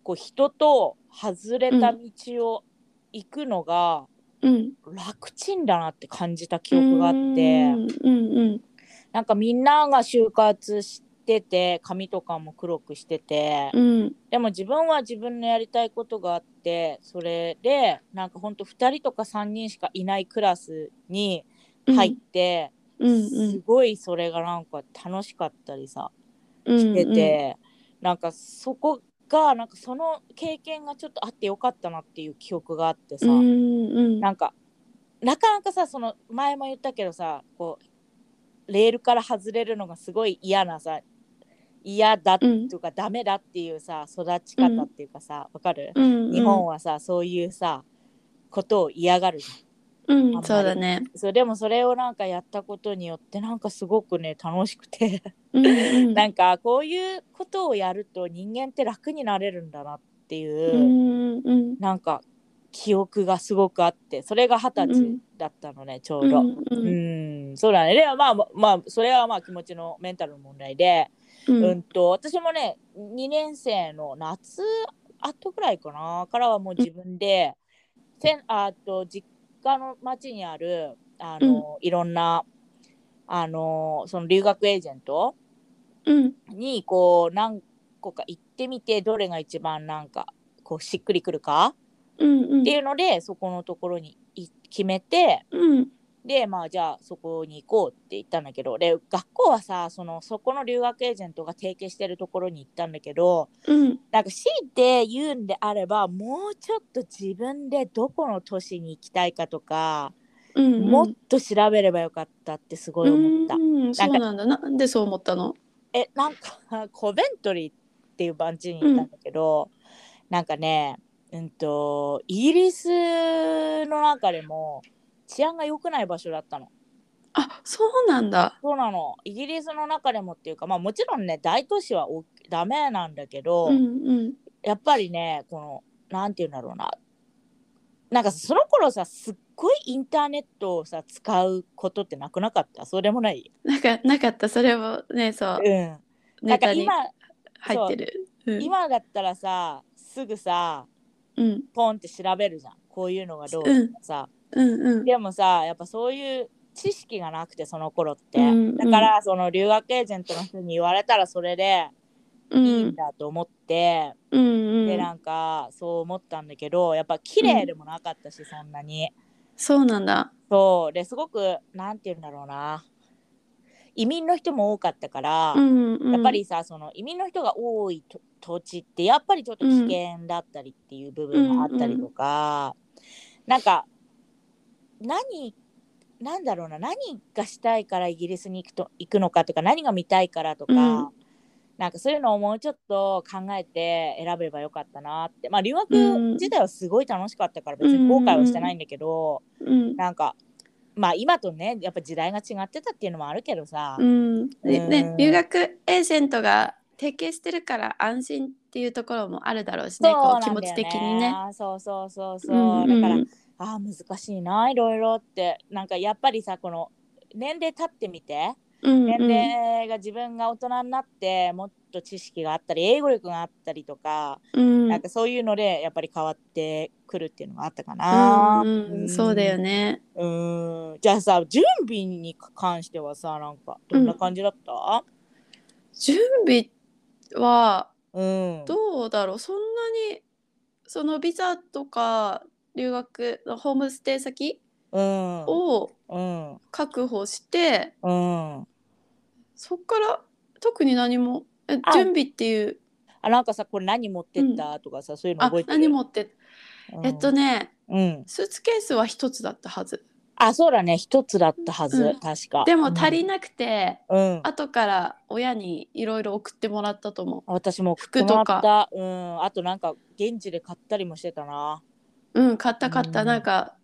A: こう人と外れた道を行くのが
B: うん。
A: 楽ちんだなって感じた記憶があって。
B: うんうん
A: なんかみんなが就活してて髪とかも黒くしてて、
B: うん
A: でも自分は自分のやりたいことがあってそれでなんかほんと2人とか3人しかいないクラスに
B: うん。
A: 入って、
B: うん
A: すごいそれがなんか楽しかったりさ
B: うん。
A: してて、なんかそこがなんかその経験がちょっとあってよかったなっていう記憶があってさ、
B: うんうん。
A: なんかなかなかさその前も言ったけどさこうレールから外れるのがすごい嫌なさ嫌だって
B: うん
A: いうか、ダメだっていうさ育ち方っていうかさわかる、
B: うんうん
A: 日本はさそういうさことを嫌がるじゃん
B: うん
A: あんまり
B: そうだね。
A: そうでもそれをなんかやったことによってなんかすごくね楽しくて
B: うんうん
A: なんかこういうことをやると人間って楽になれるんだなっていう
B: う、んうん
A: なんか記憶がすごくあってそれが二十
B: うん
A: 歳だったのね、ちょ
B: う
A: うんど。
B: う
A: うんん、そうだね。で、まあ、まあ、それはまあ気持ちのメンタルの問題で、
B: う
A: うん、
B: ん
A: と、私もね、2年生の夏後ぐらいかな、からはもう自分で、せんあと実家の町にある、あの、いろんな、あの、その留学エージェント
B: うん
A: に、こう、何個か行ってみて、どれが一番なんか、こう、しっくりくるか
B: うんうん
A: っていうので、そこのところにい決めて、
B: うん
A: でまあじゃあそこに行こうって言ったんだけどで学校はさそのそこの留学エージェントが提携してるところに行ったんだけど
B: うん
A: なんか強いて言うんであればもうちょっと自分でどこの都市に行きたいかとか、
B: うん
A: もっと調べればよかったってすごい思った。
B: うんそうなんだなんでそう思ったの
A: えなんかコベントリーっていう番地に行ったんだけど、なんかねうんとイギリスの中でも治安が良くない場所だったの。
B: あそうなんだ
A: そうなのイギリスの中でもっていうかまあもちろんね大都市はおダメなんだけど、
B: うんうん
A: やっぱりねこのなんて言うんだろうななんかその頃さすっごいインターネットをさ使うことってなくなかったそうでもない、
B: なんかなかったそれもねそう
A: うん、な
B: ネ
A: んか
B: タに
A: 今
B: 入ってるうん
A: 今だったらさすぐさ
B: うん
A: ポンって調べるじゃんこういうのがどうと
B: うん
A: かさ、
B: うんうん
A: でもさやっぱそういう知識がなくてその頃って、
B: うんうん
A: だからその留学エージェントの人に言われたらそれで
B: うん
A: いいんだと思って、
B: うんう
A: で
B: ん
A: なんかそう思ったんだけどやっぱ綺麗でもなかったし、そんなに
B: そうなんだ
A: そうですごくなんて言うんだろうな移民の人も多かったから、
B: うんうん
A: やっぱりさその移民の人が多いと土地ってやっぱりちょっと危険だったりっていう部分があったりとか、なんか何なんだろうな何がしたいからイギリスに行くと行くのかとか何が見たいからとか、
B: うん
A: なんかそういうのをもうちょっと考えて選べばよかったなってまあ留学
B: うん
A: 自体はすごい楽しかったから別に後悔はしてないんだけど、
B: うん
A: なんかまあ今とねやっぱ時代が違ってたっていうのもあるけどさ、
B: うんで
A: う
B: ね
A: ん
B: 留学エージェントが提携してるから安心っていうところもあるだろうし
A: そ
B: ね
A: う
B: こ
A: なん
B: う
A: だ
B: 気
A: よ
B: 持ち的にね。
A: そうそうそうそうう、
B: んうん
A: だからあー難しいないろいろってなんかやっぱりさこの年齢経ってみて
B: うん
A: 年
B: うん
A: 齢が自分が大人になってもっと知識があったり英語力があったりとか、
B: うん
A: なんかそういうのでやっぱり変わってくるっていうのがあったかな、
B: うんうんそうだよね。
A: うんじゃあさ準備に関してはさなんかどんな感じだった
B: 準備は
A: うん、
B: どうだろうそんなにそのビザとか留学のホームステイ先
A: うん
B: を
A: うん
B: 確保して
A: うん
B: そっから特に何もえ
A: あ
B: 準備っていう
A: あなんかさこれ何持ってったとかさ、そういうの
B: あ
A: 覚えてる
B: 何持って
A: うん
B: えっとね
A: うん
B: スーツケースは一つだったはず
A: あそうだね一つだったはず、
B: うん
A: 確か
B: でも足りなくて、
A: うん
B: 後から親にいろいろ送ってもらったと思
A: 私も
B: 服と
A: 送っ
B: か
A: てもらったうんあとなんか現地で買ったりもしてたな、
B: ううん買った買った、
A: うん
B: なんか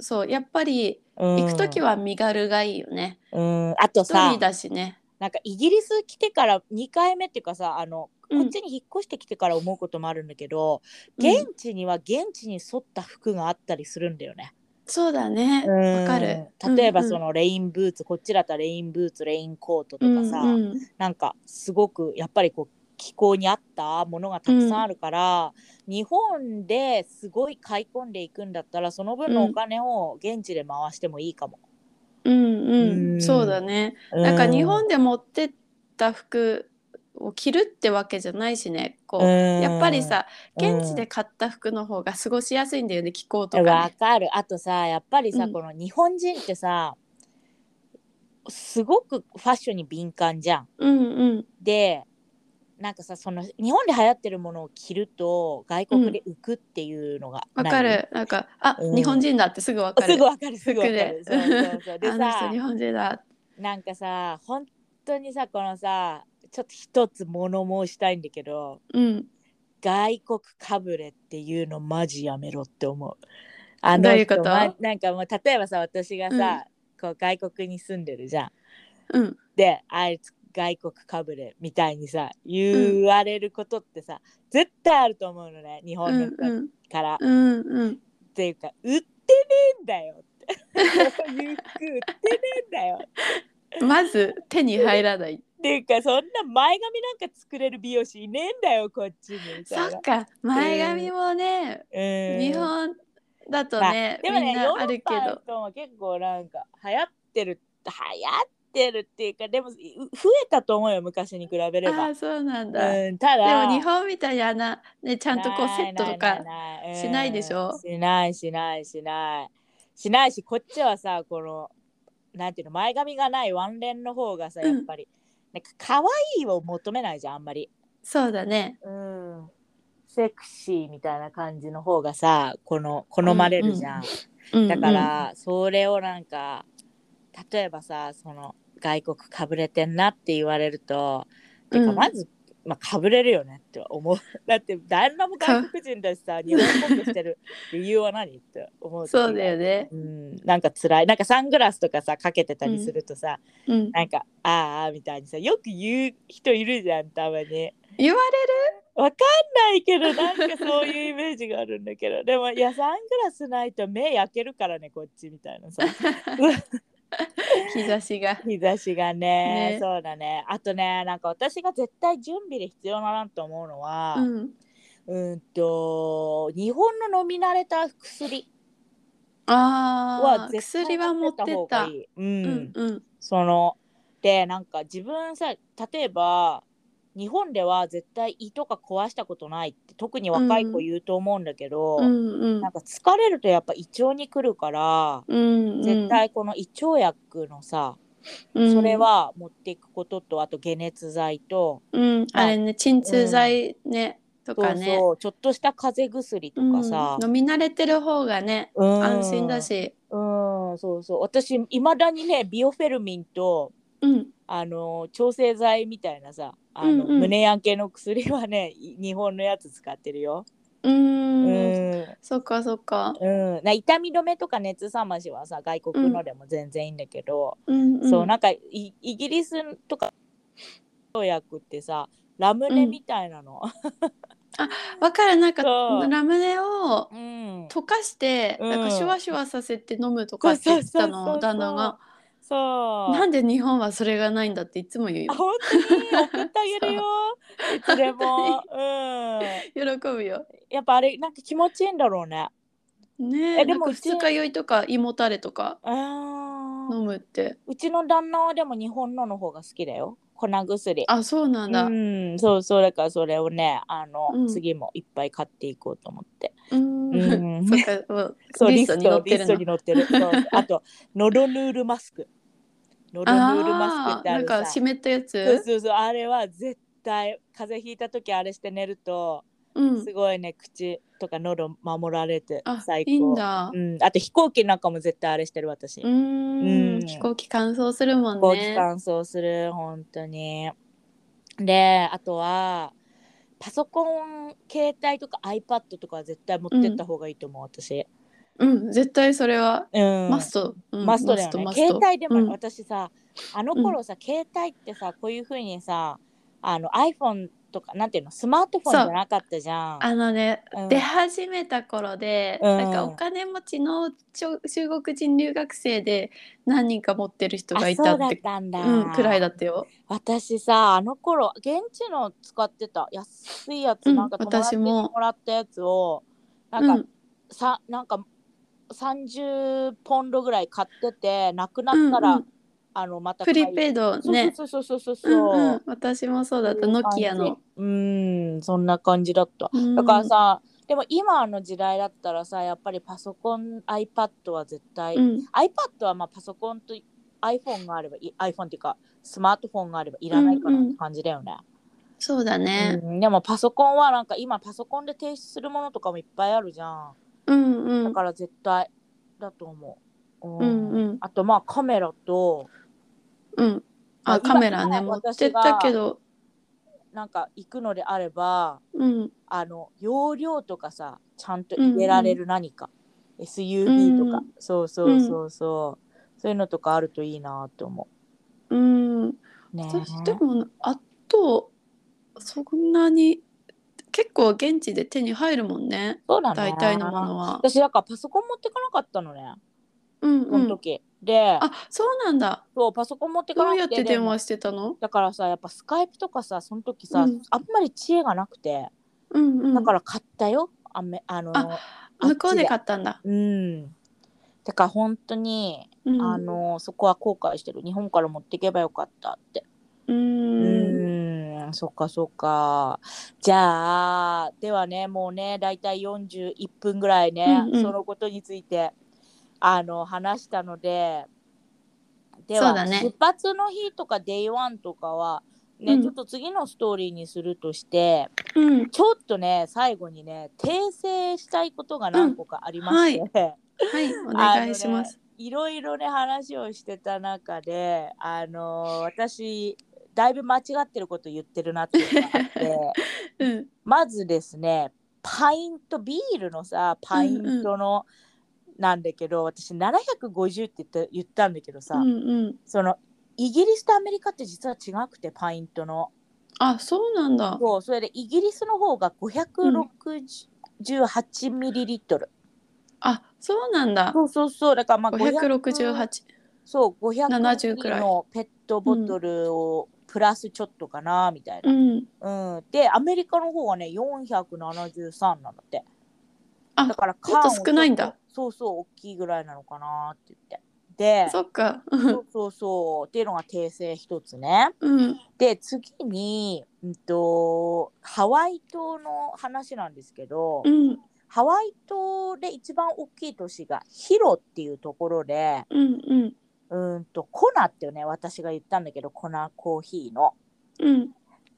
B: そうやっぱり
A: うん、
B: 行く時は身軽がいいよね
A: うんあと
B: 一
A: さ
B: 人だしね
A: なんかイギリス来てから2回目っていうかさあの
B: うん
A: こっちに引っ越してきてから思うこともあるんだけど、
B: うん
A: 現地には現地に沿った服があったりするんだよね。
B: そうだねわかる
A: うん例えば
B: うんうん
A: そのレインブーツ、こっちだったらレインブーツレインコートとかさ、
B: うんうん
A: なんかすごくやっぱりこう気候に合ったものがたくさんあるから、日本ですごい買い込んでいくんだったらその分のお金を現地で回してもいいかも。
B: うんうん
A: うん
B: そうだねなんか
A: う
B: 日本で持ってった服を着るってわけじゃないしねこ
A: う
B: う、
A: ん
B: やっぱりさ
A: うん
B: 現地で買った服の方が過ごしやすいんだよね気候とか
A: わ
B: ね、
A: かるあとさやっぱりさ、
B: うん
A: この日本人ってさすごくファッションに敏感じゃん。
B: うんうん
A: でなんかさその日本で流行ってるものを着ると外国で浮くっていうのが
B: わ
A: ない
B: かるなんかあ、
A: うん
B: 日本人だってすぐわかる
A: すぐわかるすぐわ
B: 服
A: かる
B: で
A: そうそうそうで
B: あの人
A: さ
B: 日本人だ
A: なんかさ本当にさこのさちょっと一つ物申したいんだけど
B: うん
A: 外国かぶれっていうのマジやめろって思う。あ
B: どういう
A: 人
B: こと
A: まなんかもう例えばさ私がさ、こう外国に住んでるじゃん。
B: うん
A: であいつ外国かぶれみたいにさ言われることってさ、絶対あると思うのね日
B: う
A: 本の
B: ん
A: 人
B: うん
A: から。っ
B: うんうん
A: ていうか売ってねえんだよって。 ゆっく売ってねえんだよ。
B: まず手に入らない
A: っていうかそんな前髪なんか作れる美容師いねえんだよこっちにみ
B: そ
A: たいな
B: っ。か前髪もね、
A: うん
B: 日本だと
A: まあ
B: ね、
A: でも
B: み
A: ね
B: ん
A: ヨ
B: な
A: ー
B: あ
A: ロッ
B: るけ
A: パの
B: ど
A: 人は結構なんか流行ってる流行ってるっていうかでもう増えたと思うよ昔に比べれば。
B: ああそうなんだ、
A: うん、た
B: で
A: だ
B: も日本みたいにあんな、ね、ちゃんとこうセットとかしないでしょ
A: うんしないしないしないしないしこっちはさこのなんていうの前髪がないワンレンの方がさ
B: うん
A: やっぱり、なんか可愛いを求めないじゃんあんまり、
B: そうだね
A: うん、セクシーみたいな感じの方がさこの好まれるじゃん、だか、らそれをなんか例えばさその外国かぶれてんなって言われると、
B: うん
A: て
B: うん
A: かまず、まあ、かぶれるよねって思う だって旦那も外国人だし さ日本っぽくしてる理由は何って思う時が
B: そうだよね
A: うん、なんか辛いなんかサングラスとかさかけてたりするとさ、
B: うん、
A: なんか「ああ」みたいにさよく言う人いるじゃんたまに。
B: 言わ
A: わかんないけどなんかそういうイメージがあるんだけどでもいやサングラスないと目焼けるからねこっちみたいな さ
B: れる日差しが
A: 日差しがね
B: ね
A: そうだねあとねなんか私が絶対準備で必要だなと思うのは、
B: う
A: うん、
B: ん
A: と日本の飲み慣れた薬は
B: ああ
A: 絶対
B: 薬は持って
A: 持
B: っ
A: 方
B: た
A: がいいうん、
B: うんうん
A: そのでなんか自分さ例えば日本では絶対胃とか壊したことないって特に若い子言うと思うんだけど、
B: うんうん
A: なんか疲れるとやっぱ胃腸に来るから、
B: うんうん
A: 絶対この胃腸薬のさ、
B: うん
A: それは持っていくこととあと解熱剤と
B: うんあれね鎮痛剤ね、とかね
A: そうそうちょっとした風邪薬とかさ
B: うん、、飲み慣れてる方がね
A: うん
B: 安心だし
A: うんそうそう私いまだにねビオフェルミンと
B: うん
A: あの調整剤みたいなさあの、
B: うんうん
A: 胸焼けの薬はねい日本のやつ使ってるよ。
B: う
A: うんん
B: そっかそっか
A: うん、な痛み止めとか熱冷ましはさ外国のでも全然いいんだけど、
B: うんうん
A: そうなんかイイギリスとか条約ってさラムネみたいなの、
B: わかるなんか
A: そう
B: ラムネを
A: うん
B: 溶かして、
A: うん
B: なんかシュワシュワさせて飲むとかって言ってた
A: そうそうそう
B: の
A: そう
B: 旦那が
A: そう
B: なんで日本はそれがないんだっていつも言う
A: あ
B: よ
A: 本当に送ってあげるよいつでも、うん、
B: 喜ぶよ
A: やっぱあれなんか気持ちいいんだろうね
B: ねえ
A: えで
B: で
A: も
B: も
A: うち
B: 二日酔いとか胃もたれとか
A: あー
B: 飲むって
A: うちの旦那はでも日本のの方が好きだよ粉薬
B: あ、そうなんだ。
A: うんそうそうだからそれをねあの、
B: うん
A: 次もいっぱい買っていこうと思って
B: うん。
A: うん
B: そっか、 もう
A: そう
B: リ
A: リ
B: スト
A: ス
B: に載
A: ト
B: って
A: リ
B: る
A: スト
B: の
A: に載ってるそう あとノロヌールマスクノロヌールマスクってあ
B: なん
A: る
B: か
A: さ
B: 湿ったや
A: そう
B: つ。
A: そうそうあれは絶対風邪ひいた時あれして寝ると
B: うん
A: す。ごいね口とか喉守られて
B: あ、
A: 最
B: い
A: 高
B: いんだ
A: う。ん、あと飛行機なんかも絶対あれしてる私、
B: う
A: 飛
B: ん
A: うん
B: 飛行機乾燥するも
A: 行
B: ん
A: 機
B: ね。
A: 乾燥する本当にであとはパソコン携帯とか iPad とかは絶対持ってった方がいいと思う、私、
B: うん、絶対それは
A: うん、
B: マスト。うん
A: マストだよね
B: マスト
A: 携帯でも、
B: うん
A: 私さあの頃さ、携帯ってさこういう風にさあの iPhone とかなんていうのスマートフォンじゃなかったじゃん
B: あのね、
A: うん
B: 出始めた頃で、
A: うん
B: なんかお金持ちのちょ中国人留学生で何人か持ってる人が
A: あ
B: い
A: そ
B: た
A: うだ
B: っ
A: ってたんだ、
B: うん、くらいだったよ。
A: 私さあの頃現地の使ってた安いやつ、
B: うん
A: なんか友達
B: 私
A: に
B: も
A: もらったやつをなんか、さなんか30ポンドぐらい買っててなくな
B: うん、
A: ったら、
B: うんうん
A: あのまた
B: プ
A: 買い
B: リペイドね。
A: そうそうそうそうそう
B: う
A: そう、
B: んうん、私もそうだった、ノキアの。
A: うんそんな感じだった
B: うん
A: だからさ、でも今の時代だったらさやっぱりパソコン iPad は絶対、
B: うん、
A: iPad はまあパソコンと iPhone があればい iPhone っていうかスマートフォンがあればいらないかなって感じだよね、
B: そうだね。
A: うんでもパソコンはなんか今パソコンで提出するものとかもいっぱいあるじゃん
B: うんう
A: だ
B: ん。
A: から絶対だと思う、うん
B: うんうん
A: あとまあカメラと
B: うん。あ、
A: 今
B: カメラね、
A: 今
B: 持ってったけど。
A: なんか行くのであれば
B: うん。
A: あの容量とかさちゃんと入れられる何か、SUV とか、
B: う
A: そうそうそうそう、そういうのとかあるといいなと思
B: うん。
A: うね
B: 私でもあとそんなに結構現地で手に入るもんね
A: そうだね
B: 大体のものは。
A: 私だからパソコン持ってかなかったのね
B: うん
A: この
B: うん、
A: 時、で
B: あそうなんだ。
A: そうパソコン持ってか
B: ど
A: な
B: う
A: く
B: や
A: て
B: って
A: で
B: 電
A: も
B: 話してたの
A: だからさやっぱスカイプとかさその時さ、
B: うん
A: あんまり知恵がなくて
B: うんうん。
A: だから買ったよあめあの
B: 向こうで買ったんだ。
A: うんだから本当に、
B: うん、
A: あのそこは後悔してる日本から持っていけばよかったって
B: う
A: うんーんそっかそっかじゃあではねもうねだいたい41分ぐらいね、
B: うんうん
A: そのことについてあの話したのでで
B: そ
A: は
B: う、だね
A: 出発の日とか Day1 とかはね、
B: うん
A: ちょっと次のストーリーにするとして
B: うん。
A: ちょっとね最後にね訂正したいことが何個かありまして、
B: はいお願いします。
A: いろいろね話をしてた中であのー私だいぶ間違ってること言ってるなっていうのがあって
B: うん
A: まずですねパイントビールのさパイントの、なんだけど私750って言った言ったんだけどさ、
B: うんうん。
A: そのイギリスとアメリカって実は違くてパイントの
B: あそうなんだ。
A: そうそれでイギリスの方が568ミリリットル、
B: あそうなんだ。
A: そうそうそうだからまあ
B: 五百六十八。
A: そう、500
B: 70くらい
A: のペットボトルをプラスちょっとかな、みたいな。
B: うん。
A: うん、で、アメリカの方はね、473なんだって。
B: あ
A: だから
B: もっと
A: 缶をちょっと
B: 少ないんだ。
A: そうそう、大きいぐらいなのかなって言って。で、
B: そっか。
A: そうそうそう、っていうのが訂正一つね。
B: うん
A: で、次に、うんと、ハワイ島の話なんですけど、
B: うん
A: ハワイ島で一番大きい都市がヒロっていうところで、
B: うんうん
A: うーんとコナってね私が言ったんだけどコナコーヒーの
B: うん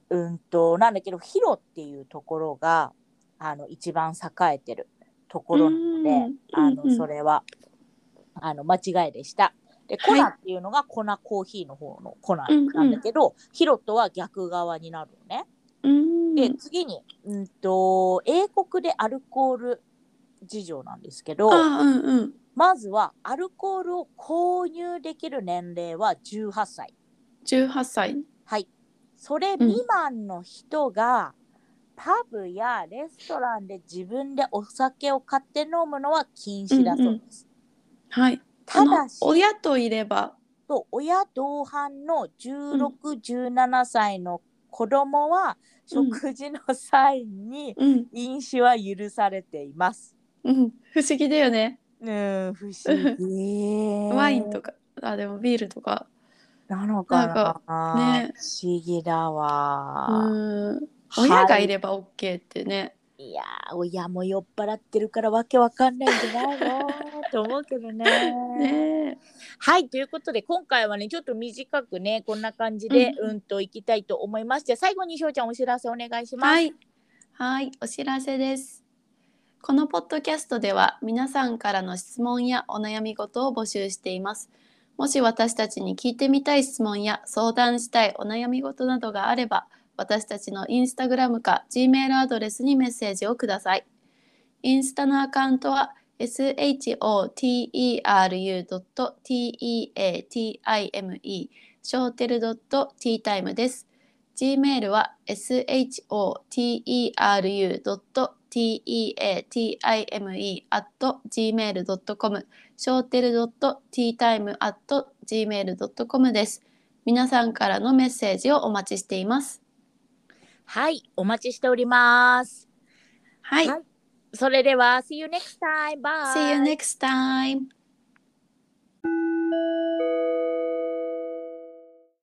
A: うーんとなんだけどヒロっていうところがあの一番栄えてるところなの
B: う
A: で
B: ん
A: あ
B: うんう
A: の
B: ん
A: それはあの間違いでした。でコナっていうのがコナコーヒーの方のコナなんだけど、ヒロとは逆側になるのね。
B: うん。
A: で次に、うん、と英国でアルコール事情なんですけど
B: あうんうん。
A: まずはアルコールを購入できる年齢は18歳。
B: 18歳。
A: はい。それ未満の人が、パブやレストランで自分でお酒を買って飲むのは禁止だそうです。
B: はい。
A: ただし
B: あの、親といれば。
A: と親同伴の16、17歳の子供は、
B: うん
A: 食事の際に
B: うん、
A: 飲酒は許されています。
B: うん、不思議だよね。
A: うん、不思議。
B: ワインとか、あ、でもビールとか。
A: なのかな
B: なんかね
A: 不思議だわ、
B: うん
A: はい
B: 親がいれば OK ってね、
A: いやー親も酔っ払ってるからわけわかんないんじゃない のって思うけどね。
B: ね
A: はいということで今回はねちょっと短くねこんな感じで
B: うん
A: うんといきたいと思います。じゃあ最後にしょうちゃんお知らせお願いします。
B: はい、はい、お知らせです。このポッドキャストでは皆さんからの質問やお悩み事を募集しています。もし私たちに聞いてみたい質問や相談したいお悩み事などがあれば、私たちのインスタグラムか G メールアドレスにメッセージをください。インスタのアカウントは shoteru.teatime ショーテル .teatime です。Gmail は shoteru.teatime.gmail.com ショーテル .teatime.gmail.com です。皆さんからのメッセージをお待ちしています。
A: はい、お待ちしております。
B: はい。
A: はいそれでは See you next time. Bye.
B: See you next time.